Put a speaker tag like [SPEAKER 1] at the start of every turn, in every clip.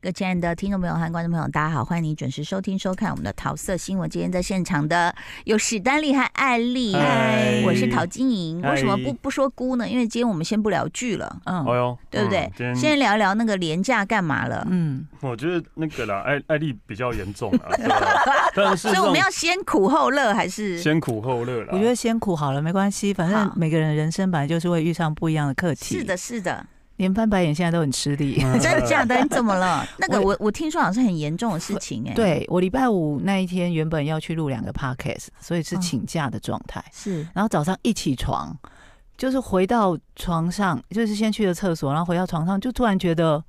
[SPEAKER 1] 各位亲爱的听众朋友和观众朋友，大家好，欢迎你准时收听收看我们的桃色新闻。今天在现场的有史丹利和艾丽，
[SPEAKER 2] 嗨
[SPEAKER 1] 我是陶晶莹。
[SPEAKER 2] 嗨
[SPEAKER 1] 为什么不不说姑呢？因为今天我们先不聊剧了，嗯，
[SPEAKER 2] 哦哟，
[SPEAKER 1] 对不对
[SPEAKER 2] 嗯？今天
[SPEAKER 1] 先聊一聊那个廉价干嘛了。
[SPEAKER 3] 嗯，
[SPEAKER 2] 我觉得那个啦，艾艾丽比较严重 啊，对啊但是
[SPEAKER 1] 所以我们要先苦后乐，还是
[SPEAKER 2] 先苦后乐啦。
[SPEAKER 3] 我觉得先苦好了，没关系，反正
[SPEAKER 1] 好
[SPEAKER 3] 每个人人生本来就是会遇上不一样的课题。
[SPEAKER 1] 是，的，是的，
[SPEAKER 3] 连翻白眼现在都很吃力。
[SPEAKER 2] 嗯
[SPEAKER 1] 真的假的？你怎么 了？那个我我听说好像是很严重的事情，哎，，
[SPEAKER 3] 对我礼拜五那一天原本要去录两个 podcast，所以是
[SPEAKER 1] 嗯
[SPEAKER 3] 请假的状态。
[SPEAKER 1] 是
[SPEAKER 3] 然后早上一起床，就是回到床上，就是先去了厕所，然后回到床上就突然觉得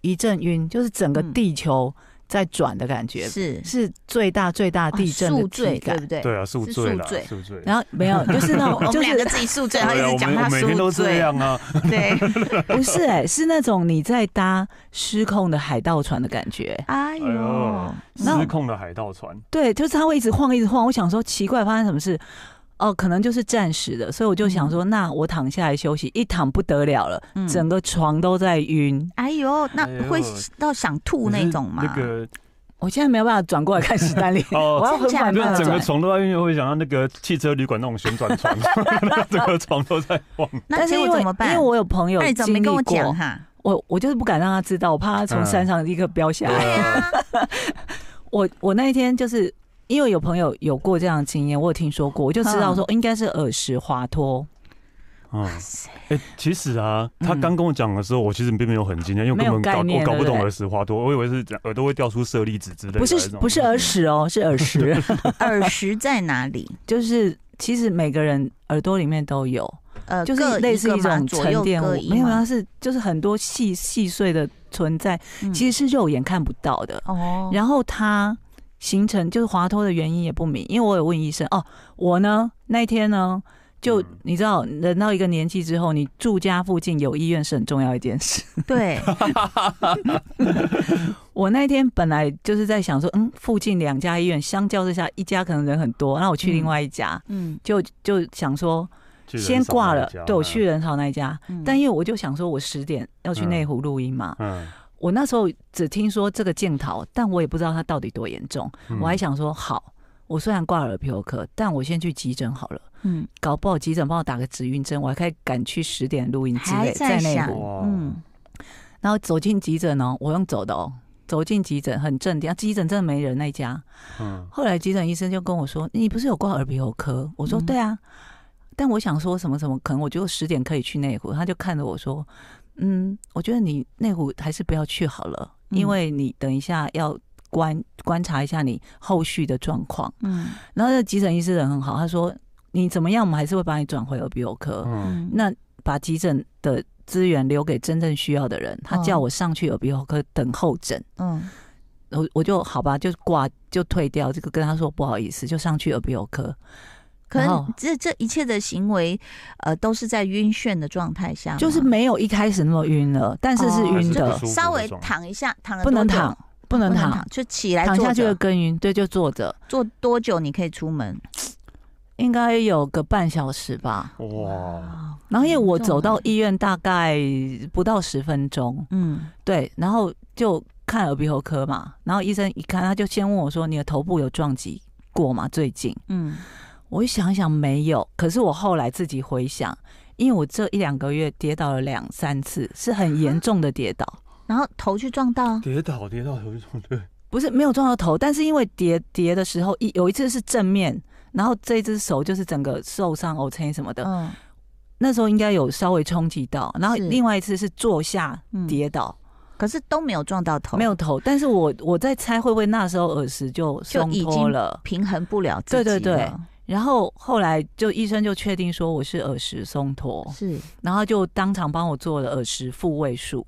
[SPEAKER 3] 一阵晕，就是整个
[SPEAKER 1] 嗯
[SPEAKER 3] 地球在转的感觉，
[SPEAKER 1] 是
[SPEAKER 3] 是最大最大地震
[SPEAKER 1] 啊
[SPEAKER 3] 的
[SPEAKER 1] 宿
[SPEAKER 3] 体
[SPEAKER 1] 醉，对
[SPEAKER 3] 感
[SPEAKER 1] 不。对？
[SPEAKER 2] 对啊，宿醉啦
[SPEAKER 1] 是宿醉，
[SPEAKER 2] 宿醉。
[SPEAKER 3] 然后没有，就是 那
[SPEAKER 1] 我 们
[SPEAKER 3] 种，就是
[SPEAKER 1] 两个自己宿醉，然后
[SPEAKER 2] 对啊
[SPEAKER 1] 一
[SPEAKER 2] 我
[SPEAKER 1] 直讲
[SPEAKER 2] 们
[SPEAKER 1] 他
[SPEAKER 2] 我每天
[SPEAKER 1] 宿
[SPEAKER 2] 都这
[SPEAKER 1] 醉，
[SPEAKER 2] 样啊，
[SPEAKER 1] 对，
[SPEAKER 3] 不是哎、是那种你在搭失控的海盗船的感觉。
[SPEAKER 1] 哎
[SPEAKER 2] 哎呦
[SPEAKER 1] 呦，
[SPEAKER 3] 那
[SPEAKER 2] 失控的海盗船，
[SPEAKER 3] 对，就是它会一直晃，一直晃。我想说奇怪，发生什么事？哦，可能就是暂时的，所以我就想说，那我躺下来休息，一躺不得了了，
[SPEAKER 1] 嗯
[SPEAKER 3] 整个床都在晕。
[SPEAKER 1] 哎呦，那
[SPEAKER 2] 哎呦
[SPEAKER 1] 会到想吐那种吗？
[SPEAKER 2] 那个
[SPEAKER 3] 我现在没有办法转过来看史 丹利，我
[SPEAKER 2] 哦，
[SPEAKER 3] 要很缓
[SPEAKER 2] 就
[SPEAKER 3] 慢
[SPEAKER 2] 是
[SPEAKER 3] 的
[SPEAKER 2] 整个
[SPEAKER 3] 转。
[SPEAKER 2] 床都在晕，会想到那个汽车旅馆那种旋 转床， 整个床都在晃。
[SPEAKER 1] 那
[SPEAKER 3] 但是
[SPEAKER 1] 结
[SPEAKER 3] 因
[SPEAKER 1] 果
[SPEAKER 3] 为
[SPEAKER 1] 怎么
[SPEAKER 3] 因
[SPEAKER 1] 办？
[SPEAKER 3] 为我有朋友
[SPEAKER 1] 那你怎么
[SPEAKER 3] 经
[SPEAKER 1] 没
[SPEAKER 3] 历
[SPEAKER 1] 跟我讲
[SPEAKER 3] 过，
[SPEAKER 1] 哈？
[SPEAKER 3] 我我就是不敢让他知道，我怕他从
[SPEAKER 2] 嗯
[SPEAKER 3] 山上立刻飙下来。
[SPEAKER 1] 对啊，
[SPEAKER 3] 我我那一天就是因为有朋友有过这样的经验，我有听说过，我就知道说应该是耳石滑脱。
[SPEAKER 2] 嗯，
[SPEAKER 1] 塞
[SPEAKER 2] 哎，其实啊，他
[SPEAKER 3] 嗯
[SPEAKER 2] 刚跟我讲的时候，我其实并没有很惊
[SPEAKER 1] 嗯
[SPEAKER 2] 讶，因为我
[SPEAKER 3] 没
[SPEAKER 2] 根
[SPEAKER 3] 有
[SPEAKER 2] 本
[SPEAKER 3] 概
[SPEAKER 2] 搞我
[SPEAKER 3] 念
[SPEAKER 2] 搞不
[SPEAKER 3] 对不
[SPEAKER 2] 懂
[SPEAKER 3] 对
[SPEAKER 2] 耳石花朵，我以为是讲耳朵会掉出舍利子之类的
[SPEAKER 3] 不
[SPEAKER 2] 那种。
[SPEAKER 3] 是不是耳屎哦，是耳石，
[SPEAKER 1] 耳石在哪里？
[SPEAKER 3] 就是其实每个人耳朵里面都有，
[SPEAKER 1] 呃，
[SPEAKER 3] 就是
[SPEAKER 1] 各
[SPEAKER 3] 类似
[SPEAKER 1] 个
[SPEAKER 3] 一
[SPEAKER 1] 吗
[SPEAKER 3] 种
[SPEAKER 1] 左右
[SPEAKER 3] 沉淀物
[SPEAKER 1] 各，一
[SPEAKER 3] 没有，啊
[SPEAKER 1] 吗
[SPEAKER 3] 它是就是很多细细碎的存在，
[SPEAKER 1] 嗯
[SPEAKER 3] 其实是肉眼看不到的。
[SPEAKER 1] 哦，
[SPEAKER 3] 然后它形成就是滑脱的原因也不明，因为我有问医生哦，我呢那一天呢。就
[SPEAKER 2] 嗯
[SPEAKER 3] 你知道，人到一个年纪之后，你住家附近有医院是很重要一件事。
[SPEAKER 1] 对，
[SPEAKER 3] 我那一天本来就是在想说，嗯，附近两家医院相较之下，一家可能人很多，那我去另外一家，
[SPEAKER 1] 嗯，
[SPEAKER 3] 就就想说
[SPEAKER 2] 去人
[SPEAKER 3] 先
[SPEAKER 2] 少
[SPEAKER 3] 挂
[SPEAKER 2] 那
[SPEAKER 3] 了
[SPEAKER 2] 家，
[SPEAKER 3] 对我去。人潮那一家，
[SPEAKER 1] 嗯
[SPEAKER 3] 但因为我就想说我十点要去内湖录音嘛，
[SPEAKER 2] 嗯，
[SPEAKER 3] 我那时候只听说这个镜头，但我也不知道它到底多严重，
[SPEAKER 2] 嗯
[SPEAKER 3] 我还想说好，我虽然挂了耳鼻喉科，但我先去急诊好了，
[SPEAKER 1] 嗯
[SPEAKER 3] 搞不好急诊帮我打个止晕针，我还可以赶去十点录音之
[SPEAKER 1] 还
[SPEAKER 3] 类，
[SPEAKER 1] 在
[SPEAKER 3] 在内
[SPEAKER 1] 想
[SPEAKER 3] 湖。
[SPEAKER 2] 哇，
[SPEAKER 1] 嗯，
[SPEAKER 3] 然后走进急诊哦，我用走的哦，走进急诊很正点，急诊真的没人那一家。
[SPEAKER 2] 嗯，
[SPEAKER 3] 后来急诊医生就跟我说：“你不是有挂耳鼻喉科？”我说：“
[SPEAKER 1] 嗯
[SPEAKER 3] 对啊。但我想说什么什么，可能我就十点可以去内湖。他就看着我说：“嗯，我觉得你内湖还是不要去好了，
[SPEAKER 1] 嗯
[SPEAKER 3] 因为你等一下要观观察一下你后续的状况。
[SPEAKER 1] 嗯”
[SPEAKER 3] 然后那急诊医师人很好，他说：“你怎么样，我们还是会把你转回耳鼻喉科。
[SPEAKER 2] 嗯，
[SPEAKER 1] 嗯，
[SPEAKER 3] 那把急诊的资源留给真正需要的人。他
[SPEAKER 1] 嗯
[SPEAKER 3] 叫我上去耳鼻喉科等候诊，
[SPEAKER 1] 嗯
[SPEAKER 3] 我我就好吧，就挂就退掉。这个跟他说不好意思，就上去耳鼻喉科。
[SPEAKER 1] 可
[SPEAKER 3] 然后
[SPEAKER 1] 能这这一切的行为，呃，都是在晕眩的状态下吗，
[SPEAKER 3] 就是没有一开始那么晕了，但是是晕
[SPEAKER 2] 哦
[SPEAKER 3] 的
[SPEAKER 2] 还是，不舒服
[SPEAKER 1] 稍微
[SPEAKER 2] 那种
[SPEAKER 1] 躺一下，躺了
[SPEAKER 3] 不能
[SPEAKER 1] 多久
[SPEAKER 3] 躺，不能躺，，
[SPEAKER 1] 就起来
[SPEAKER 3] 躺
[SPEAKER 1] 坐
[SPEAKER 3] 下去
[SPEAKER 1] 着
[SPEAKER 3] 会更晕。对，就坐着，
[SPEAKER 1] 坐多久你可以出门？
[SPEAKER 3] 应该有个半小时吧。
[SPEAKER 2] 哇，
[SPEAKER 1] 哦
[SPEAKER 3] 然后因为我走到，
[SPEAKER 1] 严重了
[SPEAKER 3] 医院大概不到十分钟，
[SPEAKER 1] 嗯
[SPEAKER 3] 对，然后就看耳鼻喉科嘛，然后医生一看，他就先问我说：“你的头部有撞击过吗？最近
[SPEAKER 1] 嗯，？”
[SPEAKER 3] 我一想一想没有，可是我后来自己回想，因为我这一两个月跌倒了两三次，是很严重的跌倒，
[SPEAKER 1] 然后头去撞到，
[SPEAKER 2] 跌倒跌倒头中对，
[SPEAKER 3] 不是没有撞到头，但是因为跌跌的时候一有一次是正面，然后这只手就是整个受伤、O 青什么的，
[SPEAKER 1] 嗯
[SPEAKER 3] 那时候应该有稍微冲击到，然后
[SPEAKER 1] 是
[SPEAKER 3] 另外一次是坐下
[SPEAKER 1] 嗯，
[SPEAKER 3] 跌倒，
[SPEAKER 1] 可是都没有撞到头，
[SPEAKER 3] 没有头，但是我我在猜会不会那时候耳石就松
[SPEAKER 1] 已
[SPEAKER 3] 脱
[SPEAKER 1] 经
[SPEAKER 3] 了。
[SPEAKER 1] 平衡不了自己，
[SPEAKER 3] 对对对，
[SPEAKER 1] 哦
[SPEAKER 3] 然后后来就医生就确定说我是耳石松脱，
[SPEAKER 1] 是，
[SPEAKER 3] 然后就当场帮我做了耳石复位术。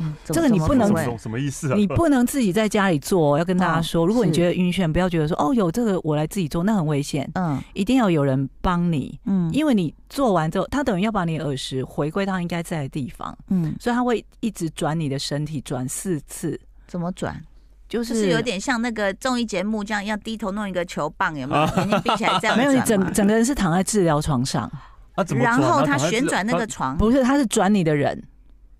[SPEAKER 1] 嗯
[SPEAKER 3] 这个你不
[SPEAKER 2] 什
[SPEAKER 3] 能
[SPEAKER 1] 怎么
[SPEAKER 2] 么
[SPEAKER 1] 复位
[SPEAKER 2] 什什么 意思啊？
[SPEAKER 3] 你不能自己在家里做哦，要跟大家
[SPEAKER 1] 哦
[SPEAKER 3] 说，如果你
[SPEAKER 1] 是
[SPEAKER 3] 觉得晕眩，不要觉得说哦有这个我来自己做，那很危险，
[SPEAKER 1] 嗯
[SPEAKER 3] 一定要有人帮你，
[SPEAKER 1] 嗯，
[SPEAKER 3] 因为你做完之后，他等于要把你耳石回归到应该在的地方，
[SPEAKER 1] 嗯
[SPEAKER 3] 所以他会一直转你的身体转四次，
[SPEAKER 1] 怎么转，
[SPEAKER 3] 就
[SPEAKER 1] 就是是有。点像那个综艺节目这样，要低头弄一个球棒，有没有？眼睛闭起来这样转嘛，
[SPEAKER 3] 啊 没有，你整整个人是躺在治疗床上，
[SPEAKER 2] 啊怎么转啊
[SPEAKER 1] 然后
[SPEAKER 2] 赶快
[SPEAKER 1] 旋
[SPEAKER 2] 知
[SPEAKER 1] 转那
[SPEAKER 2] 啊
[SPEAKER 1] 个床，
[SPEAKER 3] 不是，他是转你的人，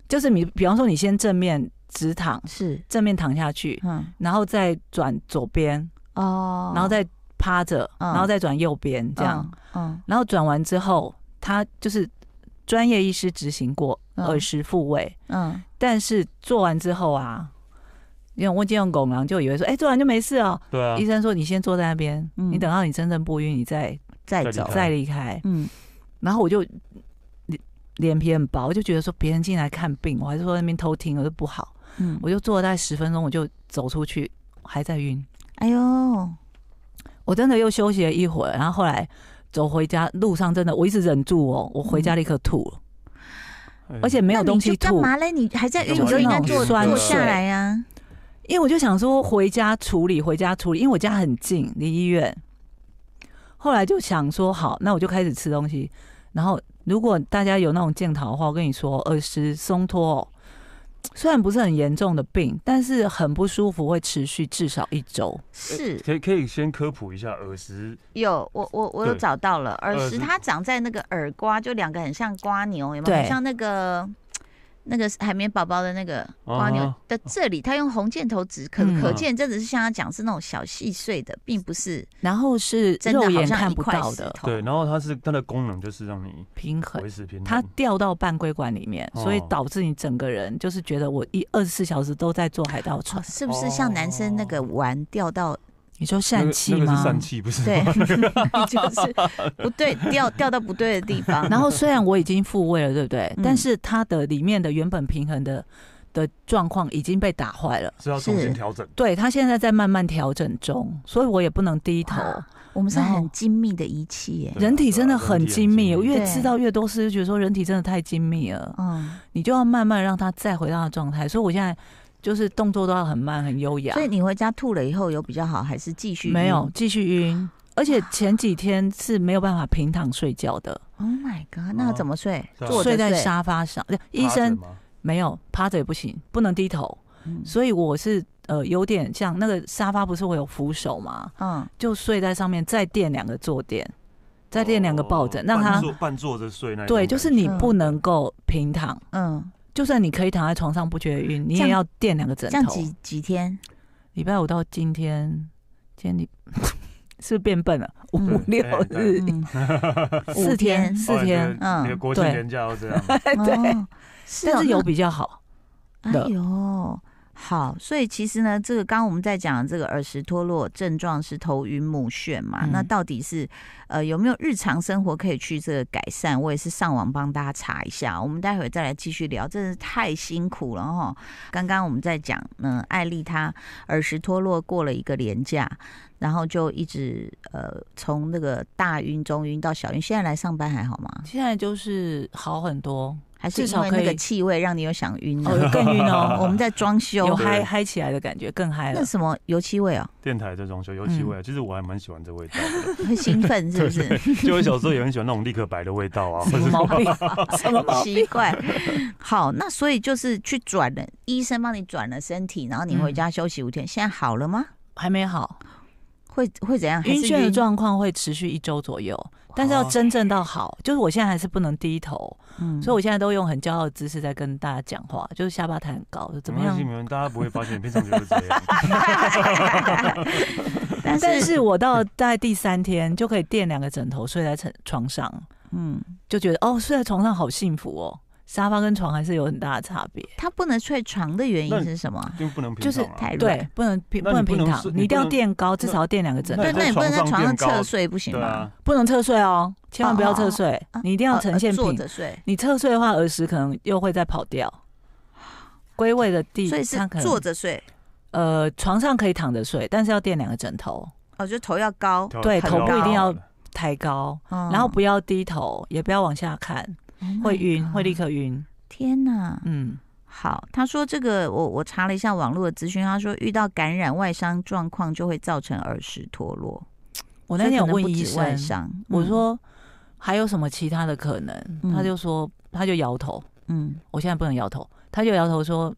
[SPEAKER 3] 就是你，比方说你先正面直躺，
[SPEAKER 1] 是，
[SPEAKER 3] 正面躺下去，
[SPEAKER 1] 嗯，
[SPEAKER 3] 然后再转左边，
[SPEAKER 1] 哦，
[SPEAKER 3] 然后再趴着，
[SPEAKER 1] 嗯
[SPEAKER 3] 然后再转右边这样。
[SPEAKER 1] 嗯，
[SPEAKER 3] 然后转完之后，他就是专业医师执行过
[SPEAKER 1] 嗯
[SPEAKER 3] 耳石复位，
[SPEAKER 1] 嗯
[SPEAKER 3] 但是做完之后啊，因为我已经用拱廊就以为说，哎、做完就没事哦。
[SPEAKER 2] 对啊
[SPEAKER 3] 医，生说你先坐在那边，
[SPEAKER 1] 嗯
[SPEAKER 3] 你等到你真正不晕，你再
[SPEAKER 1] 嗯，再
[SPEAKER 2] 再离
[SPEAKER 1] 走
[SPEAKER 2] 开，
[SPEAKER 3] 再离开。
[SPEAKER 1] 嗯
[SPEAKER 3] 然后我就脸脸皮很薄，我就觉得说别人进来看病，我还是说在那边偷听，我就不好。
[SPEAKER 1] 嗯，
[SPEAKER 3] 我就坐了大概十分钟，我就走出去，还在晕。
[SPEAKER 1] 哎呦，
[SPEAKER 3] 我真的又休息了一会儿，然后后来走回家路上，真的我一直忍住哦，我回
[SPEAKER 1] 嗯
[SPEAKER 3] 家立刻吐了，
[SPEAKER 2] 哎
[SPEAKER 3] 而且没有东西
[SPEAKER 1] 那你就干
[SPEAKER 3] 吐，
[SPEAKER 1] 嘛嘞？你还在晕，
[SPEAKER 2] 就
[SPEAKER 1] 你就应该
[SPEAKER 2] 是那
[SPEAKER 1] 坐
[SPEAKER 2] 种酸
[SPEAKER 1] 坐
[SPEAKER 2] 水
[SPEAKER 1] 下来啊呀。
[SPEAKER 3] 因为我就想说回家处理，回家处理，因为我家很近，离医院。后来就想说好，那我就开始吃东西。然后如果大家有那种健逃的话，我跟你说，耳石松脱、哦，虽然不是很严重的病，但是很不舒服，会持续至少一周。
[SPEAKER 1] 是
[SPEAKER 2] 可以可以先科普一下耳石，
[SPEAKER 1] 有我我我有
[SPEAKER 2] 对呃
[SPEAKER 1] 找到了耳
[SPEAKER 2] 耳
[SPEAKER 1] 石，
[SPEAKER 2] 石
[SPEAKER 1] 它长在那个耳瓜，就两个很像瓜牛，有没有？
[SPEAKER 3] 对
[SPEAKER 1] 很像那个那个海绵宝宝的那个瓜牛
[SPEAKER 2] 啊
[SPEAKER 1] 的这里，它用红箭头指，可
[SPEAKER 3] 嗯
[SPEAKER 1] 可见真的是像他讲是那种小细碎的，并不是
[SPEAKER 3] 然后是
[SPEAKER 1] 真的
[SPEAKER 3] 肉
[SPEAKER 1] 好
[SPEAKER 3] 眼
[SPEAKER 1] 像
[SPEAKER 3] 看
[SPEAKER 1] 一
[SPEAKER 3] 不
[SPEAKER 1] 块
[SPEAKER 3] 到
[SPEAKER 1] 石
[SPEAKER 3] 的
[SPEAKER 1] 头。
[SPEAKER 2] 对，然后它是它的功能就是让你
[SPEAKER 3] 平衡
[SPEAKER 2] 维持平衡，
[SPEAKER 3] 呃它掉到半规管里面，
[SPEAKER 2] 哦
[SPEAKER 3] 所以导致你整个人就是觉得我一二十四小时都在做海盗
[SPEAKER 1] 哦
[SPEAKER 3] 船。
[SPEAKER 1] 是不是像男生那个
[SPEAKER 2] 哦
[SPEAKER 1] 丸掉到
[SPEAKER 3] 你说
[SPEAKER 2] 那
[SPEAKER 3] 疝
[SPEAKER 2] 个
[SPEAKER 3] 气
[SPEAKER 2] 那个
[SPEAKER 3] 吗
[SPEAKER 2] 是？疝气，不是
[SPEAKER 1] 对， 就是不对，掉掉到不对的地 方，
[SPEAKER 3] 然后虽然我已经复位了，对不对？
[SPEAKER 1] 嗯
[SPEAKER 3] 但是它的里面的原本平衡的的状况已经被打坏了。
[SPEAKER 2] 是要重
[SPEAKER 1] 是
[SPEAKER 2] 新调整。
[SPEAKER 3] 对，它现在在慢慢调整中，所以我也不能低头。
[SPEAKER 1] 哇我们是
[SPEAKER 3] 然后
[SPEAKER 1] 很精密的仪器耶，
[SPEAKER 2] 对啊
[SPEAKER 3] 人体真的很精密，
[SPEAKER 2] 对啊人
[SPEAKER 3] 我
[SPEAKER 2] 体很
[SPEAKER 3] 越
[SPEAKER 1] 对
[SPEAKER 3] 知道越多事，就觉得说人体真的太精密了，
[SPEAKER 1] 嗯。
[SPEAKER 3] 你就要慢慢让它再回到它的状态。所以我现在就是动作都要很慢，很优雅。
[SPEAKER 1] 所以你回家吐了以后有比较好，还是继续？
[SPEAKER 3] 啊没有，继续晕，而且前几天是没有办法平躺睡觉的，
[SPEAKER 1] ，Oh my god，那要怎么睡？
[SPEAKER 2] 对啊
[SPEAKER 1] 坐着
[SPEAKER 3] 睡在沙发上。呃医
[SPEAKER 2] 趴着
[SPEAKER 3] 生
[SPEAKER 2] 吗
[SPEAKER 3] 没有趴着也不行，不能低头，
[SPEAKER 1] 嗯
[SPEAKER 3] 所以我是呃有点像那个沙发不是会有扶手吗？
[SPEAKER 1] 嗯，
[SPEAKER 3] 就睡在上面，再垫两个坐垫，再垫两个抱枕，
[SPEAKER 2] 哦
[SPEAKER 3] 让
[SPEAKER 2] 半
[SPEAKER 3] 他
[SPEAKER 2] 坐半坐着睡那种
[SPEAKER 3] 对，
[SPEAKER 2] 感
[SPEAKER 3] 就是
[SPEAKER 2] 觉哦
[SPEAKER 3] 你
[SPEAKER 1] 嗯
[SPEAKER 3] 不能够平躺。
[SPEAKER 1] 嗯，
[SPEAKER 3] 就算你可以躺在床上不觉得晕，你
[SPEAKER 1] 这样
[SPEAKER 3] 也要垫两个枕
[SPEAKER 1] 这样
[SPEAKER 3] 头。
[SPEAKER 1] 几几 天？
[SPEAKER 3] 礼拜五到今天，今天你 是不是变笨了？五
[SPEAKER 1] 嗯
[SPEAKER 3] 六
[SPEAKER 2] 哎对
[SPEAKER 3] 日
[SPEAKER 1] 嗯，五
[SPEAKER 3] 四天
[SPEAKER 1] 天
[SPEAKER 3] 四天，
[SPEAKER 1] 嗯
[SPEAKER 2] 嗯，国庆
[SPEAKER 3] 对
[SPEAKER 2] 年假要这样，
[SPEAKER 1] 哦，是哦，
[SPEAKER 3] 但是有
[SPEAKER 1] 那
[SPEAKER 3] 比较好，的
[SPEAKER 1] 哎呦。好，所以其实呢，这个刚刚我们在讲的这个耳石脱落症状是头晕目眩嘛，
[SPEAKER 3] 嗯
[SPEAKER 1] 那到底是呃有没有日常生活可以去这个改善？我也是上网帮大家查一下，我们待会儿再来继续聊，真的是太辛苦了哈。刚刚我们在讲，嗯，艾丽她耳石脱落过了一个年假，然后就一直呃从那个大晕、中晕到小晕，现在来上班还好吗？
[SPEAKER 3] 现在就是好很多，
[SPEAKER 1] 还是
[SPEAKER 3] 至
[SPEAKER 1] 因
[SPEAKER 3] 少
[SPEAKER 1] 为
[SPEAKER 3] 可
[SPEAKER 1] 那
[SPEAKER 3] 以
[SPEAKER 1] 个气味让你有想晕呢？
[SPEAKER 3] 哦，更晕哦，
[SPEAKER 1] 我们在装修
[SPEAKER 3] 有，
[SPEAKER 2] 对
[SPEAKER 3] 嗨嗨起来的感觉，更嗨了
[SPEAKER 1] 那。什么油漆味哦，
[SPEAKER 2] 电台这种修油漆
[SPEAKER 1] 嗯
[SPEAKER 2] 味，其实我还蛮喜欢这味道的，
[SPEAKER 1] 会兴奋是不是？
[SPEAKER 2] 就我小时候也很喜欢那种立刻白的味道啊，
[SPEAKER 3] 什
[SPEAKER 2] 或
[SPEAKER 3] 么
[SPEAKER 2] 者
[SPEAKER 3] 毛 病？什么毛病？
[SPEAKER 1] 奇怪。好，那所以就是去转了，医生帮你转了身体，然后你回
[SPEAKER 2] 嗯
[SPEAKER 1] 家休息五天，现在好了吗？
[SPEAKER 3] 还没好，
[SPEAKER 1] 会会怎样？还
[SPEAKER 3] 晕
[SPEAKER 1] 是哦
[SPEAKER 3] 眩的状况会持续一周左右，但是要真正到好，就是我现在还是不能低头，
[SPEAKER 1] 嗯
[SPEAKER 3] 所以我现在都用很骄傲的姿势在跟大家讲话，就是下巴抬很高，就怎么
[SPEAKER 2] 没关
[SPEAKER 3] 样
[SPEAKER 2] 系？没关系，大家不会发现，平常就是这 样。
[SPEAKER 1] 但
[SPEAKER 3] 但
[SPEAKER 1] 是
[SPEAKER 3] 是我到大概第三天就可以垫两个枕头睡在床床上，
[SPEAKER 1] 嗯，
[SPEAKER 3] 就觉得哦，睡在床上好幸福哦，沙发跟床还是有很大的差别。
[SPEAKER 1] 他不能睡床的原因
[SPEAKER 2] 那
[SPEAKER 1] 是什么？
[SPEAKER 2] 就不能平
[SPEAKER 3] 就是
[SPEAKER 2] 常啊
[SPEAKER 1] 太软
[SPEAKER 3] 对，不能平
[SPEAKER 2] 那
[SPEAKER 3] 不
[SPEAKER 2] 你
[SPEAKER 3] 能
[SPEAKER 2] 不
[SPEAKER 3] 平
[SPEAKER 2] 能
[SPEAKER 3] 躺
[SPEAKER 2] 睡，
[SPEAKER 3] 你
[SPEAKER 2] 你
[SPEAKER 3] 一定
[SPEAKER 2] 不
[SPEAKER 3] 要
[SPEAKER 2] 能
[SPEAKER 3] 垫高，至
[SPEAKER 2] 那
[SPEAKER 3] 少要垫两个枕头
[SPEAKER 2] 那
[SPEAKER 1] 对，，那你
[SPEAKER 2] 你在
[SPEAKER 1] 不能在
[SPEAKER 2] 床上
[SPEAKER 1] 床上
[SPEAKER 2] 垫高
[SPEAKER 1] 侧睡不行
[SPEAKER 2] 对
[SPEAKER 1] 吗
[SPEAKER 2] 啊？，
[SPEAKER 3] 不能侧睡哦，千万不要侧睡，
[SPEAKER 1] 啊
[SPEAKER 3] 你一定要呈现
[SPEAKER 1] 呃坐
[SPEAKER 3] 平。
[SPEAKER 1] 着睡，
[SPEAKER 3] 你侧睡的话，耳石可能又会再跑掉。归位的地，
[SPEAKER 1] 所以是
[SPEAKER 3] 嗯它可能
[SPEAKER 1] 坐着睡
[SPEAKER 3] 呃，床上可以躺着睡，但是要垫两个枕头，
[SPEAKER 1] 哦，就头要高，
[SPEAKER 2] 头
[SPEAKER 3] 对
[SPEAKER 2] 太
[SPEAKER 1] 头
[SPEAKER 2] 高
[SPEAKER 1] 部一定
[SPEAKER 3] 要
[SPEAKER 2] 了
[SPEAKER 3] 抬高，
[SPEAKER 1] 嗯
[SPEAKER 3] 然后不要低头，也不要往下看，会晕，会立。
[SPEAKER 1] Oh my god
[SPEAKER 3] 刻晕。
[SPEAKER 1] 天哪！
[SPEAKER 3] 嗯，
[SPEAKER 1] 好，他说这个我我查了一下网络的资讯，他说遇到感染外伤状况就会造成耳石脱落。
[SPEAKER 3] 我那天有
[SPEAKER 1] 所以可能
[SPEAKER 3] 问
[SPEAKER 1] 不止
[SPEAKER 3] 医
[SPEAKER 1] 外
[SPEAKER 3] 生，
[SPEAKER 1] 伤，
[SPEAKER 3] 我
[SPEAKER 1] 嗯
[SPEAKER 3] 说还有什么其他的可能，
[SPEAKER 1] 嗯
[SPEAKER 3] 他就说他就摇头，
[SPEAKER 1] 嗯，
[SPEAKER 3] 我现在不能摇头，他就摇头说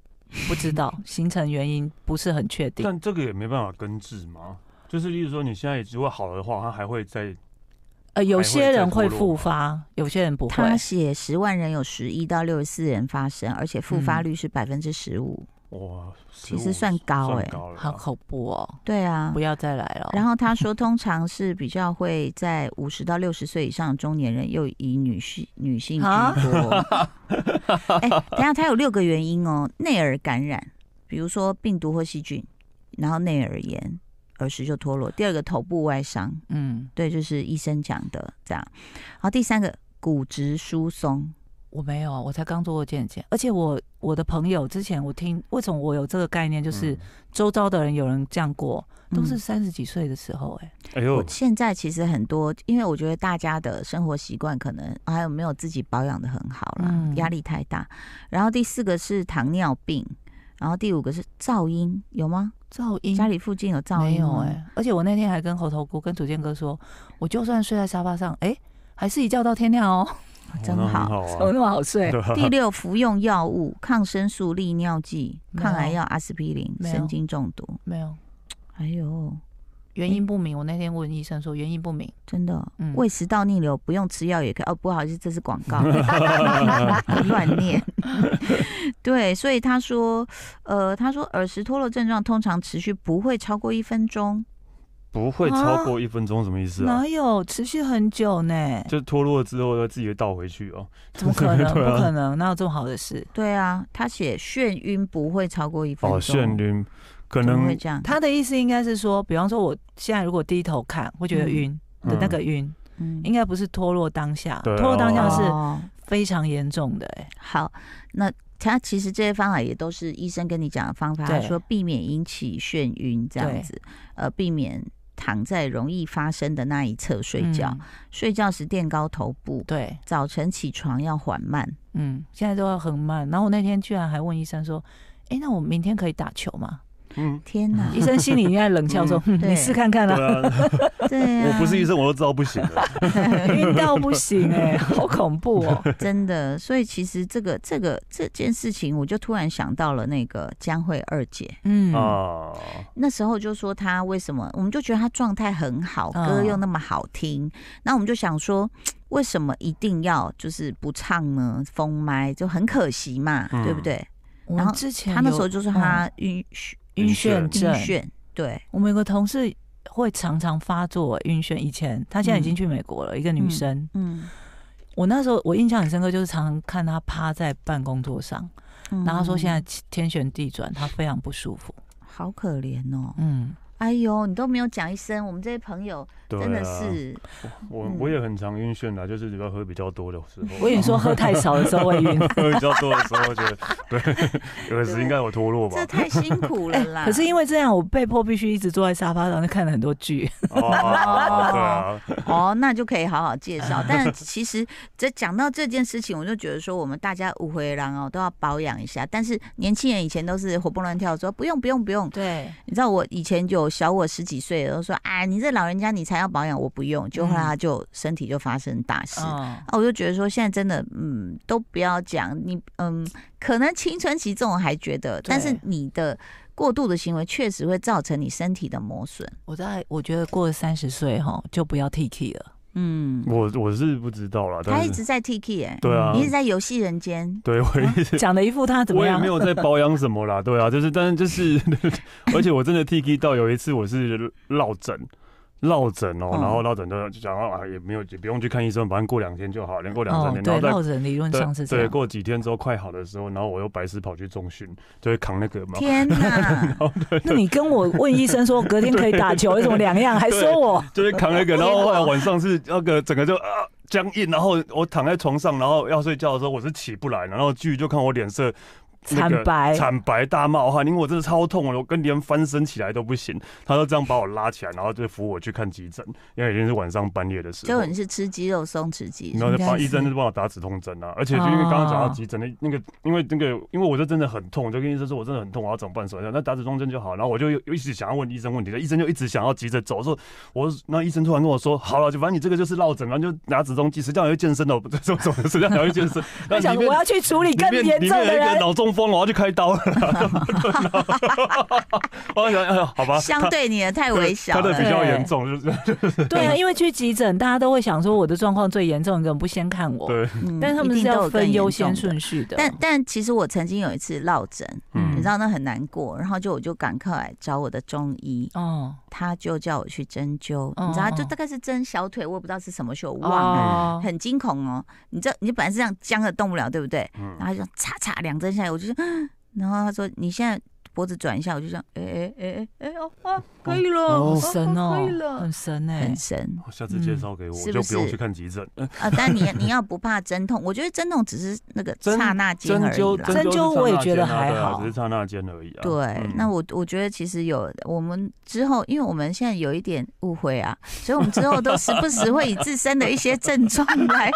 [SPEAKER 3] 不 知道，形成原因不是很确定。
[SPEAKER 2] 但这个也没办法根治嘛。就是，例如说，你现在如果好的话，它还会再
[SPEAKER 3] 呃，有些人
[SPEAKER 2] 还会
[SPEAKER 3] 会
[SPEAKER 2] 再脱
[SPEAKER 3] 复
[SPEAKER 2] 落
[SPEAKER 3] 发，有些人不会嗯
[SPEAKER 1] 他。写十万人有十一到六十四人发生，而且复发率是百分之十五。
[SPEAKER 2] 哇，
[SPEAKER 1] 其实算高哎
[SPEAKER 2] 哎，高了
[SPEAKER 3] 好
[SPEAKER 2] 啦，
[SPEAKER 3] 恐怖哦！
[SPEAKER 1] 对啊
[SPEAKER 3] 不。要再来了。
[SPEAKER 1] 然后他说，通常是比较会在五十到六十岁以上的中年人，又以女性女性居
[SPEAKER 3] 啊
[SPEAKER 1] 多。哎、等一下，它有六个原因哦：内耳感染，比如说病毒或细菌，然后内耳炎、耳石就脱落；第二个，头部外伤，
[SPEAKER 3] 嗯，
[SPEAKER 1] 对，就是医生讲的这样。然后第三个，骨质疏松，
[SPEAKER 3] 我没有，啊我才刚做过健检，而且我我的朋友之前我听，为什么我有这个概念，就是
[SPEAKER 2] 嗯
[SPEAKER 3] 周遭的人有人这样过，都是
[SPEAKER 1] 嗯
[SPEAKER 3] 三十几岁的时候、哎、
[SPEAKER 2] 哎呦
[SPEAKER 1] 我，现在其实很多，因为我觉得大家的生活习惯可能还有没有自己保养的很好啦，
[SPEAKER 3] 嗯
[SPEAKER 1] 压力太大。然后第四个是糖尿病，然后第五个是噪音，有吗？
[SPEAKER 3] 噪音
[SPEAKER 1] 家里附近有噪
[SPEAKER 3] 没
[SPEAKER 1] 音
[SPEAKER 3] 有
[SPEAKER 1] 吗
[SPEAKER 3] 哎、而且我那天还跟猴头菇、跟土建哥说，我就算睡在沙发上，哎、还是一觉到天亮哦，
[SPEAKER 2] 哇
[SPEAKER 1] 真
[SPEAKER 2] 那很
[SPEAKER 1] 好
[SPEAKER 2] 好
[SPEAKER 3] 怎么
[SPEAKER 2] 啊，
[SPEAKER 3] 那么好睡？
[SPEAKER 2] 对啊
[SPEAKER 1] 第六，服用药物、抗生素、利尿剂、
[SPEAKER 3] 没有
[SPEAKER 1] 抗癌药、阿司匹林、
[SPEAKER 3] 没有
[SPEAKER 1] 神经中毒。
[SPEAKER 3] 没有，嗯
[SPEAKER 1] 哎呦，
[SPEAKER 3] 原因不明。我那天问医生说原因不明，
[SPEAKER 1] 真的，
[SPEAKER 3] 嗯
[SPEAKER 1] 胃食道逆流不用吃药也可以。哦，不好意思，这是广 告，乱念。 对，所以他说，呃，他说耳石脱落症状通常持续不会超过一分钟，
[SPEAKER 2] 不会超过一分钟，什么意思啊？
[SPEAKER 3] 哪有持续很久 呢？
[SPEAKER 2] 就脱落之后要自己倒回去哦。
[SPEAKER 3] 怎么可能？不
[SPEAKER 2] 对啊
[SPEAKER 3] 可能，哪有这么好的事？
[SPEAKER 1] 对啊，他写眩晕不会超过一分钟，
[SPEAKER 2] 哦，眩晕，可
[SPEAKER 1] 怎么会
[SPEAKER 2] 能
[SPEAKER 1] 这样？
[SPEAKER 3] 他的意思应该是说，比方说我现在如果低头看会觉得晕
[SPEAKER 2] 嗯
[SPEAKER 3] 的那个晕，
[SPEAKER 1] 嗯啊
[SPEAKER 3] 应该不是脱落当下，
[SPEAKER 2] 对
[SPEAKER 3] 脱落当下是
[SPEAKER 1] 哦
[SPEAKER 3] 非常严重的、哎，
[SPEAKER 1] 好，那他其实这些方法也都是医生跟你讲的方法，
[SPEAKER 3] 对
[SPEAKER 1] 他说避免引起眩晕这样
[SPEAKER 3] 对
[SPEAKER 1] 子，呃，避免躺在容易发生的那一侧睡觉，
[SPEAKER 3] 嗯
[SPEAKER 1] 睡觉时垫高头部，
[SPEAKER 3] 对，
[SPEAKER 1] 早晨起床要缓慢。
[SPEAKER 3] 嗯，现在都要很慢。然后我那天居然还问医生说：“哎、那我明天可以打球吗，
[SPEAKER 2] 嗯，
[SPEAKER 1] 天哪
[SPEAKER 3] 医生心里应该冷笑说：“哼
[SPEAKER 1] 嗯对
[SPEAKER 3] 你试看看
[SPEAKER 2] 对
[SPEAKER 3] 啦、
[SPEAKER 2] 啊，
[SPEAKER 1] 对啊，
[SPEAKER 2] 我不是 医生，我都知道不行的。
[SPEAKER 3] 晕到不行哎、好恐 怖哦、
[SPEAKER 1] 真的，所以其实这个这个这件事情，我就突然想到了那个江惠二姐，
[SPEAKER 3] 嗯
[SPEAKER 1] 哦
[SPEAKER 2] 啊，
[SPEAKER 1] 那时候就说她为什么，我们就觉得她状态很好，
[SPEAKER 3] 嗯
[SPEAKER 1] 歌又那么好听，那、我们就想说。为什么一定要就是不唱呢？封麦就很可惜嘛，
[SPEAKER 2] 嗯
[SPEAKER 1] 对不对？
[SPEAKER 3] 我
[SPEAKER 1] 然后
[SPEAKER 3] 们之前
[SPEAKER 1] 她那时候
[SPEAKER 3] 有
[SPEAKER 1] 就说她晕眩
[SPEAKER 3] 晕
[SPEAKER 2] 晕
[SPEAKER 3] 眩
[SPEAKER 2] 眩
[SPEAKER 1] 晕
[SPEAKER 3] 症，
[SPEAKER 1] 眩，对，
[SPEAKER 3] 我们有个同事会常常发作晕眩，以前她现在已经去美国了，一个女生。
[SPEAKER 1] 嗯，
[SPEAKER 3] 我那时候我印象很深刻，就是常常看她趴在办公桌上，
[SPEAKER 1] 嗯
[SPEAKER 3] 然后她说现在天旋地转，她非常不舒服。
[SPEAKER 1] 好可怜哦。
[SPEAKER 3] 嗯，
[SPEAKER 1] 哎呦，你都没有讲一声，我们这些朋友
[SPEAKER 2] 对啊，
[SPEAKER 1] 真的是，
[SPEAKER 2] 我
[SPEAKER 1] 嗯
[SPEAKER 2] 我也很常晕眩的，就是比较喝比较多的时 候。
[SPEAKER 3] 我跟你说，喝太少的时候会晕。
[SPEAKER 2] 喝比较多的时候，觉得对，有时应该有脱落吧
[SPEAKER 1] 这。太辛苦了 啦。
[SPEAKER 3] 哎可是因为这样，我被迫必须一直坐在沙发上，就看了很多剧。
[SPEAKER 2] 哦，对啊，
[SPEAKER 1] 哦，那就可以好好介 绍。但其实这讲到这件事情，我就觉得说，我们大家五回狼哦都要保养一下。但是年轻人以前都是活蹦乱跳，说不用不用不用。
[SPEAKER 3] 对，
[SPEAKER 1] 你知道我以前有小我十几岁的都说啊，你这老人家你才要保养，我不用。就后来他就身体就发生大事。
[SPEAKER 3] 嗯，
[SPEAKER 1] 啊，我就觉得说，现在真的，嗯，都不要讲你，嗯，可能青春期这种还觉得，但是
[SPEAKER 3] 对
[SPEAKER 1] 你的过度的行为确实会造成你身体的磨损。
[SPEAKER 3] 我在我觉得过了三十岁哈，就不要 T K 了。
[SPEAKER 1] 嗯，
[SPEAKER 2] 我我是不知道啦，
[SPEAKER 1] 他
[SPEAKER 2] 但
[SPEAKER 1] 一
[SPEAKER 2] 是
[SPEAKER 1] 直在 Tiki 哎、
[SPEAKER 2] 对啊
[SPEAKER 1] 你一，直在游戏人 间，
[SPEAKER 2] 对我 一直。
[SPEAKER 3] 讲的一副他怎么
[SPEAKER 2] 我也
[SPEAKER 3] 样
[SPEAKER 2] 没？有在保养什么啦，对啊，就是，但是就是，而且我真的 T K 到有一次我是落枕，落枕哦，
[SPEAKER 1] 嗯
[SPEAKER 2] 然后落枕就就讲啊，也没有也不用去看医生，反正过两天就好，连过两三
[SPEAKER 3] 哦，
[SPEAKER 2] 天，然
[SPEAKER 3] 对，
[SPEAKER 2] 后再
[SPEAKER 3] 落枕理论上是这
[SPEAKER 2] 对，
[SPEAKER 3] 样。
[SPEAKER 2] 过几天之后快好的时候，然后我又白痴跑去中训，就会扛那个
[SPEAKER 3] 啊
[SPEAKER 2] 嘛，
[SPEAKER 1] 天 哪！
[SPEAKER 3] 那你跟我问医生说隔天可以打球，有什么两样？还说我
[SPEAKER 2] 就会扛那 个，然后后来晚上是那个整个就啊僵硬，然后我躺在床上，然后要睡觉的时候我是起不来，然后剧就看我脸色。那
[SPEAKER 3] 惨
[SPEAKER 2] 个
[SPEAKER 3] 白，
[SPEAKER 2] 惨白大冒汗，因为我真的超痛，我跟连翻身起来都不行。他就这样把我拉起来，然后就扶我去看急诊，因为已经是晚上半夜的时
[SPEAKER 1] 结
[SPEAKER 2] 候
[SPEAKER 1] 果。你是吃肌肉松弛剂
[SPEAKER 2] 然，后就
[SPEAKER 3] 应该
[SPEAKER 2] 帮
[SPEAKER 3] 是哦
[SPEAKER 2] 医生就帮我打止痛针啊，而且就因为刚刚讲到急诊那那个，因为那个因为我就真的很痛，我就跟医生说我真的很痛，我要怎么办？手那打止痛针就好。然后我就又又一直想要问医生问题，医生就一直想要急着走，说我那医生突然跟我说，好了，就反正你这个就是落枕，然后就拿止痛剂，实际上要去健身的，哦不这种实际上要去健身。
[SPEAKER 3] 我
[SPEAKER 2] 那
[SPEAKER 3] 想
[SPEAKER 2] 里
[SPEAKER 3] 说
[SPEAKER 2] 面
[SPEAKER 3] 我要去处理
[SPEAKER 2] 里
[SPEAKER 3] 更
[SPEAKER 2] 面
[SPEAKER 3] 严
[SPEAKER 2] 里
[SPEAKER 3] 重
[SPEAKER 2] 面
[SPEAKER 3] 的
[SPEAKER 2] 有一个
[SPEAKER 3] 人。
[SPEAKER 2] 脑中风，我要去开刀了。我想，哎呀，好吧，
[SPEAKER 1] 相对你的太微小
[SPEAKER 2] 他的
[SPEAKER 1] 了
[SPEAKER 2] 比。较严重，就是
[SPEAKER 3] 对啊，因为去急诊，大家都会想说我的状况最严重，你怎么不先看我？
[SPEAKER 2] 对，
[SPEAKER 1] 嗯
[SPEAKER 3] 但是他们
[SPEAKER 1] 一
[SPEAKER 3] 是
[SPEAKER 1] 定都有
[SPEAKER 3] 要
[SPEAKER 1] 更
[SPEAKER 3] 分
[SPEAKER 1] 严
[SPEAKER 3] 优
[SPEAKER 1] 重
[SPEAKER 3] 先
[SPEAKER 1] 的
[SPEAKER 3] 顺序的。哦
[SPEAKER 1] 但但其实我曾经有一次落枕，
[SPEAKER 2] 嗯
[SPEAKER 1] 你
[SPEAKER 3] 嗯
[SPEAKER 1] 知道那很难过。然后就我就赶快来找我的中医，
[SPEAKER 3] 哦，
[SPEAKER 1] 他就叫我去针灸，你知道，
[SPEAKER 3] 哦
[SPEAKER 1] 就大概是针小腿，我也不知道是什么穴，我忘了，
[SPEAKER 3] 哦
[SPEAKER 1] 很惊恐哦。你知道，你本来是这样僵着动不了，对不对？
[SPEAKER 2] 嗯
[SPEAKER 1] 然后他就嚓嚓两针下来，我就说，嗯然后他说你现在脖子转一下，我就想，哎哎哎哎哎哦啊，可以了，
[SPEAKER 2] 哦
[SPEAKER 1] 哦
[SPEAKER 3] 好神哦，
[SPEAKER 1] 可以了
[SPEAKER 3] 很，神哎、
[SPEAKER 1] 很神
[SPEAKER 2] 下次介绍给我，
[SPEAKER 1] 是
[SPEAKER 2] 我
[SPEAKER 1] 不
[SPEAKER 2] 就是不用去看急诊。呃
[SPEAKER 1] 啊。但你你要不怕针痛，我觉得针痛只是那个
[SPEAKER 2] 针
[SPEAKER 1] 刹那间
[SPEAKER 2] 针
[SPEAKER 1] 而已
[SPEAKER 2] 灸，
[SPEAKER 1] 啦。
[SPEAKER 3] 针
[SPEAKER 2] 是
[SPEAKER 3] 灸我也
[SPEAKER 2] 刹那
[SPEAKER 3] 觉
[SPEAKER 2] 间
[SPEAKER 3] 得
[SPEAKER 2] 啊
[SPEAKER 3] 还
[SPEAKER 2] 对啊
[SPEAKER 3] 好
[SPEAKER 2] 只是刹那间而已啊。
[SPEAKER 1] 对
[SPEAKER 2] 嗯，
[SPEAKER 1] 那我我觉得其实有我们之后，因为我们现在有一点误会啊，所以我们之后都时不时会以自身的一些症状 来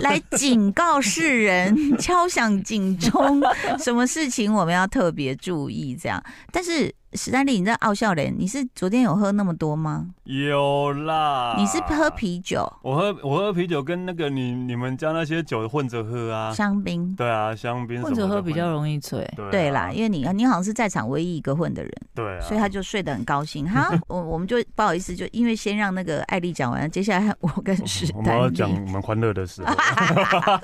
[SPEAKER 1] 来警告世人，敲响警钟，什么事情我们要特别注意这样。但是史丹利，你在傲笑脸，你是昨天有喝那么多吗？
[SPEAKER 2] 有啦，
[SPEAKER 1] 你是喝？啤酒、
[SPEAKER 2] 我喝我喝啤酒跟那个你你们家那些酒混着喝啊。
[SPEAKER 1] 香槟？
[SPEAKER 2] 对啊，香槟什么
[SPEAKER 3] 混
[SPEAKER 2] 的
[SPEAKER 3] 着喝比较容易醉。
[SPEAKER 2] 对啊
[SPEAKER 1] 对啦，因为你你好像是在场唯一一个混的人。
[SPEAKER 2] 对啊，
[SPEAKER 1] 所以他就睡得很高 兴。好，我我们就不好意思，就因为先让那个艾丽讲完，接下来 我跟史
[SPEAKER 2] 我们要
[SPEAKER 1] 丹
[SPEAKER 2] 讲
[SPEAKER 1] 利
[SPEAKER 2] 我们欢乐的啊时候，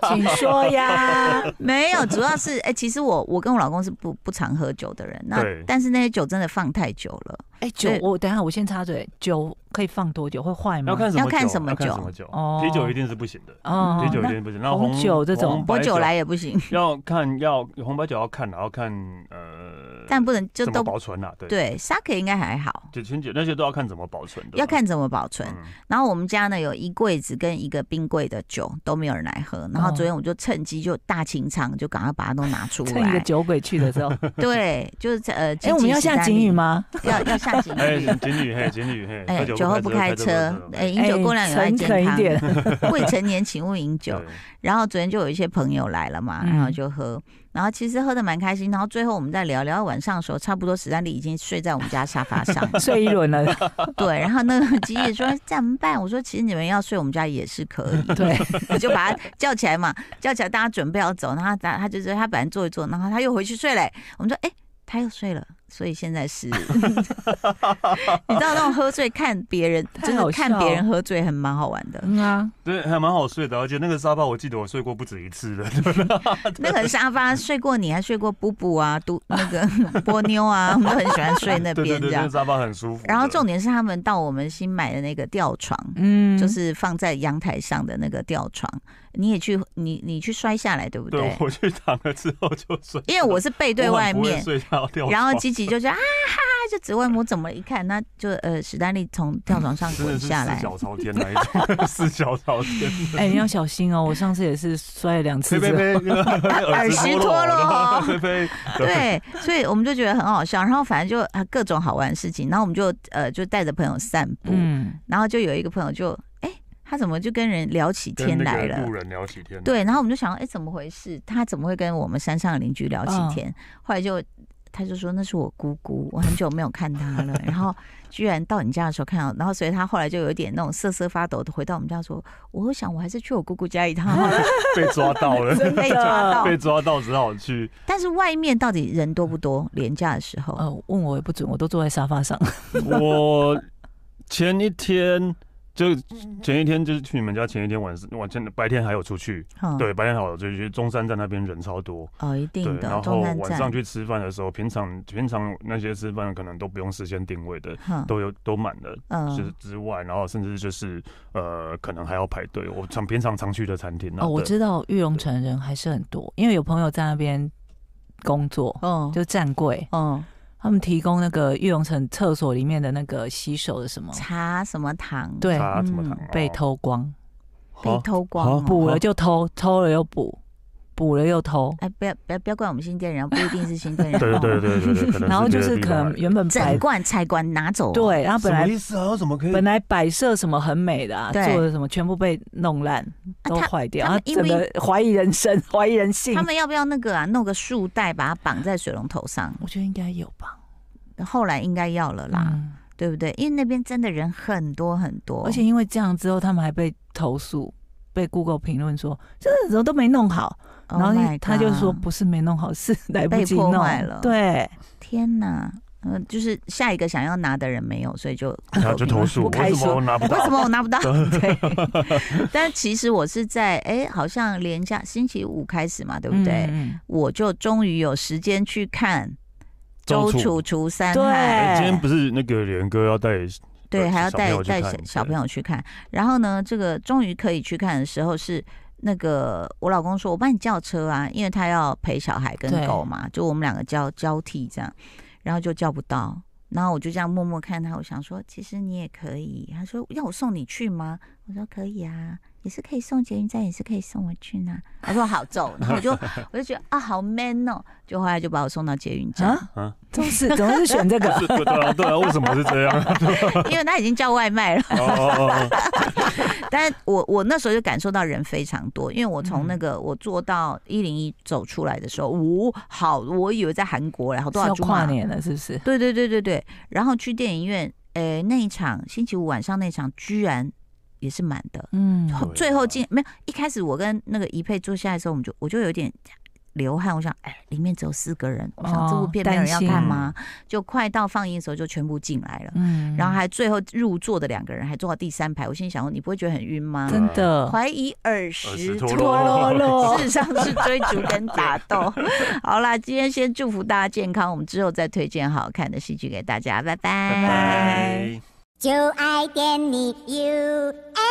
[SPEAKER 3] 请说呀，
[SPEAKER 1] 没有，主要是哎、其实我我跟我老公是不不常喝酒的人，那
[SPEAKER 2] 对
[SPEAKER 1] 但是那些酒真的放太久了，
[SPEAKER 3] 哎、酒
[SPEAKER 1] 对
[SPEAKER 3] 我等一下我先插嘴，酒可以放多久？会坏
[SPEAKER 2] 要
[SPEAKER 3] 吗？
[SPEAKER 2] 看什么
[SPEAKER 1] 要看
[SPEAKER 2] 酒啊
[SPEAKER 1] 什么
[SPEAKER 2] 要看
[SPEAKER 1] 酒
[SPEAKER 2] 什么酒
[SPEAKER 3] 哦，
[SPEAKER 2] 啤酒一定是不行的。
[SPEAKER 3] 哦，
[SPEAKER 2] 啤酒一
[SPEAKER 3] 那
[SPEAKER 2] 定不行，那
[SPEAKER 3] 红酒这种
[SPEAKER 2] 红白
[SPEAKER 1] 我酒来也不行，
[SPEAKER 2] 要看要红白酒要看，然后看呃，
[SPEAKER 1] 但不 能就
[SPEAKER 2] 怎么
[SPEAKER 1] 都
[SPEAKER 2] 保存啦、对，
[SPEAKER 1] 对 sake 应该还好。
[SPEAKER 2] 酒清酒那些都要看怎么保存的嘛，
[SPEAKER 1] 要看怎么保存。
[SPEAKER 2] 嗯
[SPEAKER 1] 然后我们家呢有一柜子跟一个冰柜的酒都没有人来喝，然后昨天我就趁机就大清仓，就赶快把它都拿出
[SPEAKER 3] 趁一个
[SPEAKER 1] 来。
[SPEAKER 3] 酒鬼去的 时候，
[SPEAKER 1] 对，就是在呃，
[SPEAKER 3] 哎、我们要下警语？吗？
[SPEAKER 1] 要要下警
[SPEAKER 2] 哎，
[SPEAKER 1] 语。
[SPEAKER 2] 情侣嘿，情侣嘿，
[SPEAKER 1] 哎，
[SPEAKER 2] 喝
[SPEAKER 1] 酒后不开车，哎，
[SPEAKER 2] 哎，
[SPEAKER 1] 饮酒过量有害
[SPEAKER 3] 诚恳
[SPEAKER 1] 健
[SPEAKER 3] 一
[SPEAKER 1] 康。
[SPEAKER 3] 点
[SPEAKER 1] 未成年请勿饮酒。然后昨天就有一些朋友来了嘛，
[SPEAKER 3] 嗯。
[SPEAKER 1] 然后就喝，然后其实喝的蛮开心。然后最后我们在聊聊到晚上的时候，差不多史丹利已经睡在我们家沙发上了
[SPEAKER 3] 睡一 轮了，
[SPEAKER 1] 对，然后那个吉野说哎怎么办？我说其实你们要睡我们家也是可以，
[SPEAKER 3] 对，
[SPEAKER 1] 我就把他叫起来嘛，叫起来大家准备要走，然后他他就是他本来坐一坐，然后他又回去睡嘞。我们说哎、他又睡了。所以现在是， 你知道那种喝醉看别人，就
[SPEAKER 3] 太好
[SPEAKER 1] 是看别人
[SPEAKER 3] 笑
[SPEAKER 1] 喝醉，很蛮好玩 的。
[SPEAKER 3] 嗯啊，
[SPEAKER 2] 对，还蛮好睡的，而且那个沙发我记得我睡过不止一次了，
[SPEAKER 1] 那个沙发睡过你，还睡过布布啊，都那 个波妞啊，我们都很喜欢睡那
[SPEAKER 2] 对对
[SPEAKER 1] 边这
[SPEAKER 2] 对，那
[SPEAKER 1] 样
[SPEAKER 2] 个。沙发很舒服的。
[SPEAKER 1] 然后重点是他们到我们新买的那个吊床，
[SPEAKER 3] 嗯，
[SPEAKER 1] 就是放在阳台上的那个吊床，你也去你你去摔下来对不
[SPEAKER 2] 对
[SPEAKER 1] 对？
[SPEAKER 2] 我去躺了之后就睡，
[SPEAKER 1] 因为我是背 对
[SPEAKER 2] 我很
[SPEAKER 1] 外
[SPEAKER 2] 不会
[SPEAKER 1] 面，
[SPEAKER 2] 睡觉掉床，
[SPEAKER 1] 然后吉吉就觉得啊哈，就指问我怎么一看，那就呃史丹利从 吊床上
[SPEAKER 2] 真的
[SPEAKER 1] 滚
[SPEAKER 2] 是
[SPEAKER 1] 下来
[SPEAKER 2] 四，脚朝 天那一种，四脚朝天，
[SPEAKER 3] 哎、你要小心哦，我上次也是摔了两次
[SPEAKER 2] 呸
[SPEAKER 3] 之
[SPEAKER 2] 呸
[SPEAKER 3] 后，
[SPEAKER 2] 呸，耳
[SPEAKER 1] 石脱落
[SPEAKER 2] 然后 呸呸，
[SPEAKER 1] 对，所以我们就觉得很好笑，然后反正就啊各种好玩的事情，然后我们就呃就带着朋友散步，
[SPEAKER 3] 嗯，
[SPEAKER 1] 然后就有一个朋友就哎、他怎么就跟人聊起
[SPEAKER 2] 跟
[SPEAKER 1] 天
[SPEAKER 2] 那
[SPEAKER 1] 来
[SPEAKER 2] 个
[SPEAKER 1] 了
[SPEAKER 2] 路？人聊起天，，
[SPEAKER 1] 对，然后我们就想，哎、怎么回事？他怎么会跟我们山上的邻居聊起
[SPEAKER 3] 嗯
[SPEAKER 1] 天？后来就他就说那是我姑姑，我很久没有看她了。然后居然到你家的时候看到，然后所以他后来就有一点那种瑟瑟发抖的回到我们家说，我想我还是去我姑姑家一趟好 了，
[SPEAKER 2] 被抓到 了，
[SPEAKER 3] 真
[SPEAKER 1] 被抓到
[SPEAKER 2] 被。抓到只好去，
[SPEAKER 1] 但是外面到底人多不多？廉价的时候，
[SPEAKER 2] 嗯
[SPEAKER 3] 呃，问我也不准，我都坐在沙发上。
[SPEAKER 2] 我前一天就
[SPEAKER 3] 嗯
[SPEAKER 2] 前一天就是去你们家前一天晚上晚上白天还有出去，
[SPEAKER 1] 嗯，
[SPEAKER 2] 对，白天还有出去，中山站那边人超多，
[SPEAKER 1] 哦，一
[SPEAKER 2] 对
[SPEAKER 1] 定，的，
[SPEAKER 2] 然
[SPEAKER 1] 中
[SPEAKER 2] 后
[SPEAKER 1] 山
[SPEAKER 2] 晚上
[SPEAKER 1] 站，
[SPEAKER 2] 去吃饭的时候，平常平常那些吃饭可能都不用事先定位的，
[SPEAKER 1] 嗯
[SPEAKER 2] 都有都满了。之
[SPEAKER 1] 嗯，
[SPEAKER 2] 之外，然后甚至就是呃，可能还要排队。我常平常常去的餐厅啊
[SPEAKER 3] 哦，我
[SPEAKER 2] 对
[SPEAKER 3] 知道玉龙城人还是很多，因为有朋友在那边工作，
[SPEAKER 1] 哦，
[SPEAKER 3] 就站柜，
[SPEAKER 2] 嗯
[SPEAKER 1] 哦，
[SPEAKER 3] 他们提供那个玉龙城厕所里面的那个洗手的什么，
[SPEAKER 1] 茶什么糖，，
[SPEAKER 3] 对，
[SPEAKER 2] 他怎么
[SPEAKER 1] 嗯
[SPEAKER 2] 堂
[SPEAKER 3] 被偷光，
[SPEAKER 1] 被
[SPEAKER 2] 哦
[SPEAKER 1] 偷光哦
[SPEAKER 2] 啊
[SPEAKER 3] 补了就偷，偷了又补，补了又偷，
[SPEAKER 1] 哎，不要不要不要怪我们新店人，不一定是新 店人。
[SPEAKER 2] 对对对
[SPEAKER 1] 哦，
[SPEAKER 2] 对对对，可能
[SPEAKER 3] 然后
[SPEAKER 2] 别
[SPEAKER 3] 就
[SPEAKER 2] 的
[SPEAKER 3] 是
[SPEAKER 2] 地
[SPEAKER 3] 可
[SPEAKER 2] 方
[SPEAKER 3] 能
[SPEAKER 2] 来的
[SPEAKER 3] 原本摆
[SPEAKER 1] 整罐菜罐拿走。，哦
[SPEAKER 3] 对，然后本
[SPEAKER 2] 什么
[SPEAKER 3] 来
[SPEAKER 2] 意思啊？有什么可以
[SPEAKER 3] 本来摆设什么很美的、啊，
[SPEAKER 1] 对
[SPEAKER 3] 做的什么全部被弄烂，
[SPEAKER 1] 啊
[SPEAKER 3] 都
[SPEAKER 1] 他
[SPEAKER 3] 坏掉，
[SPEAKER 1] 他
[SPEAKER 3] 啊
[SPEAKER 1] 们，因为
[SPEAKER 3] 整个怀疑人生， 怀疑人性
[SPEAKER 1] 他。们要不要那个啊？弄个束带把它绑在水龙头上？
[SPEAKER 3] 我觉得应该有吧，
[SPEAKER 1] 后来应该要了啦，
[SPEAKER 3] 嗯，
[SPEAKER 1] 对不对？因为那边真的人很多很多，
[SPEAKER 3] 而且因为这样之后，他们还被投诉，被 Google 评论说这怎么都没弄好，
[SPEAKER 1] Oh
[SPEAKER 3] 然后
[SPEAKER 1] my
[SPEAKER 3] 他就说
[SPEAKER 1] God
[SPEAKER 3] 不是没弄好，是来不
[SPEAKER 1] 被
[SPEAKER 3] 及
[SPEAKER 1] 破
[SPEAKER 3] 弄
[SPEAKER 1] 坏了
[SPEAKER 3] 对，
[SPEAKER 1] 天哪！嗯，就是下一个想要拿的人没有，所以就
[SPEAKER 2] 然后就投诉，
[SPEAKER 1] 不
[SPEAKER 2] 为
[SPEAKER 1] 开
[SPEAKER 2] 什么
[SPEAKER 1] 说
[SPEAKER 2] 我。拿不
[SPEAKER 1] 为什
[SPEAKER 2] 到？
[SPEAKER 1] 么我拿不 到？ 对，但其实我是在哎、好像连假星期五开始嘛，对不对？
[SPEAKER 3] 嗯
[SPEAKER 1] 我就终于有时间去看周
[SPEAKER 2] 周
[SPEAKER 1] 楚
[SPEAKER 2] 楚
[SPEAKER 1] 除三
[SPEAKER 3] 对
[SPEAKER 1] 害，
[SPEAKER 2] 哎今天不是那个连哥要带
[SPEAKER 1] 对，
[SPEAKER 2] 呃
[SPEAKER 1] 还要
[SPEAKER 2] 小
[SPEAKER 1] 带
[SPEAKER 2] 朋友去
[SPEAKER 1] 带
[SPEAKER 2] 看
[SPEAKER 1] 小
[SPEAKER 2] 对
[SPEAKER 1] 小朋友去看。然后呢，这个终于可以去看的时候是那个我老公说：“我帮你叫车啊，因为他要陪小孩跟
[SPEAKER 3] 对
[SPEAKER 1] 狗嘛，就我们两个交交替这样。”然后就叫不到，然后我就这样默默看他，我想说：“其实你也可以。”他说：“要我送你去吗？”我说：“可以啊。”也是可以送捷运站，也是可以送我去呢。他说好走，然后 我就我就觉得啊好 man 哦，就后来就把我送到捷运站，
[SPEAKER 3] 啊
[SPEAKER 2] 啊，
[SPEAKER 3] 都是总是 选这个，
[SPEAKER 2] 是对啊对啊，为什么是这样？
[SPEAKER 1] 因为他已经叫外卖了。
[SPEAKER 2] 哦哦哦
[SPEAKER 1] 但我我那时候就感受到人非常多，因为我从那
[SPEAKER 3] 嗯
[SPEAKER 1] 个我坐到一零一走出来的时候，呜、好，我以为在韩国嘞，好多
[SPEAKER 3] 是
[SPEAKER 1] 少
[SPEAKER 3] 要
[SPEAKER 1] 猪
[SPEAKER 3] 跨
[SPEAKER 1] 嘛，
[SPEAKER 3] 年了，是不是？
[SPEAKER 1] 对对对对对，然后去电影院，诶、那一场星期五晚上那一场居然也是满的，
[SPEAKER 3] 嗯，
[SPEAKER 1] 后
[SPEAKER 2] 对
[SPEAKER 1] 最后
[SPEAKER 2] 啊
[SPEAKER 1] 进没有，一开始我跟那个怡佩坐下来的时候，我们就我就有点流汗，我想哎，里面只有四个人，我想这部
[SPEAKER 3] 哦
[SPEAKER 1] 片没有人要
[SPEAKER 3] 担心
[SPEAKER 1] 看吗？就快到放映的时候就全部进来了。
[SPEAKER 3] 嗯
[SPEAKER 1] 然后还最后入座的两个人还坐到第三排，我心里想说你不会觉得很晕吗？
[SPEAKER 3] 真 的，
[SPEAKER 1] 怀疑耳
[SPEAKER 2] 耳
[SPEAKER 1] 石
[SPEAKER 2] 石脱
[SPEAKER 1] 脱 落
[SPEAKER 2] 落
[SPEAKER 3] 落
[SPEAKER 1] 事实上是追逐跟打 斗。好啦，今天先祝福大家健康，我们之后再推荐好看的戏哎剧给大家，拜拜
[SPEAKER 2] 哎拜拜。
[SPEAKER 4] 就爱点你 UFO。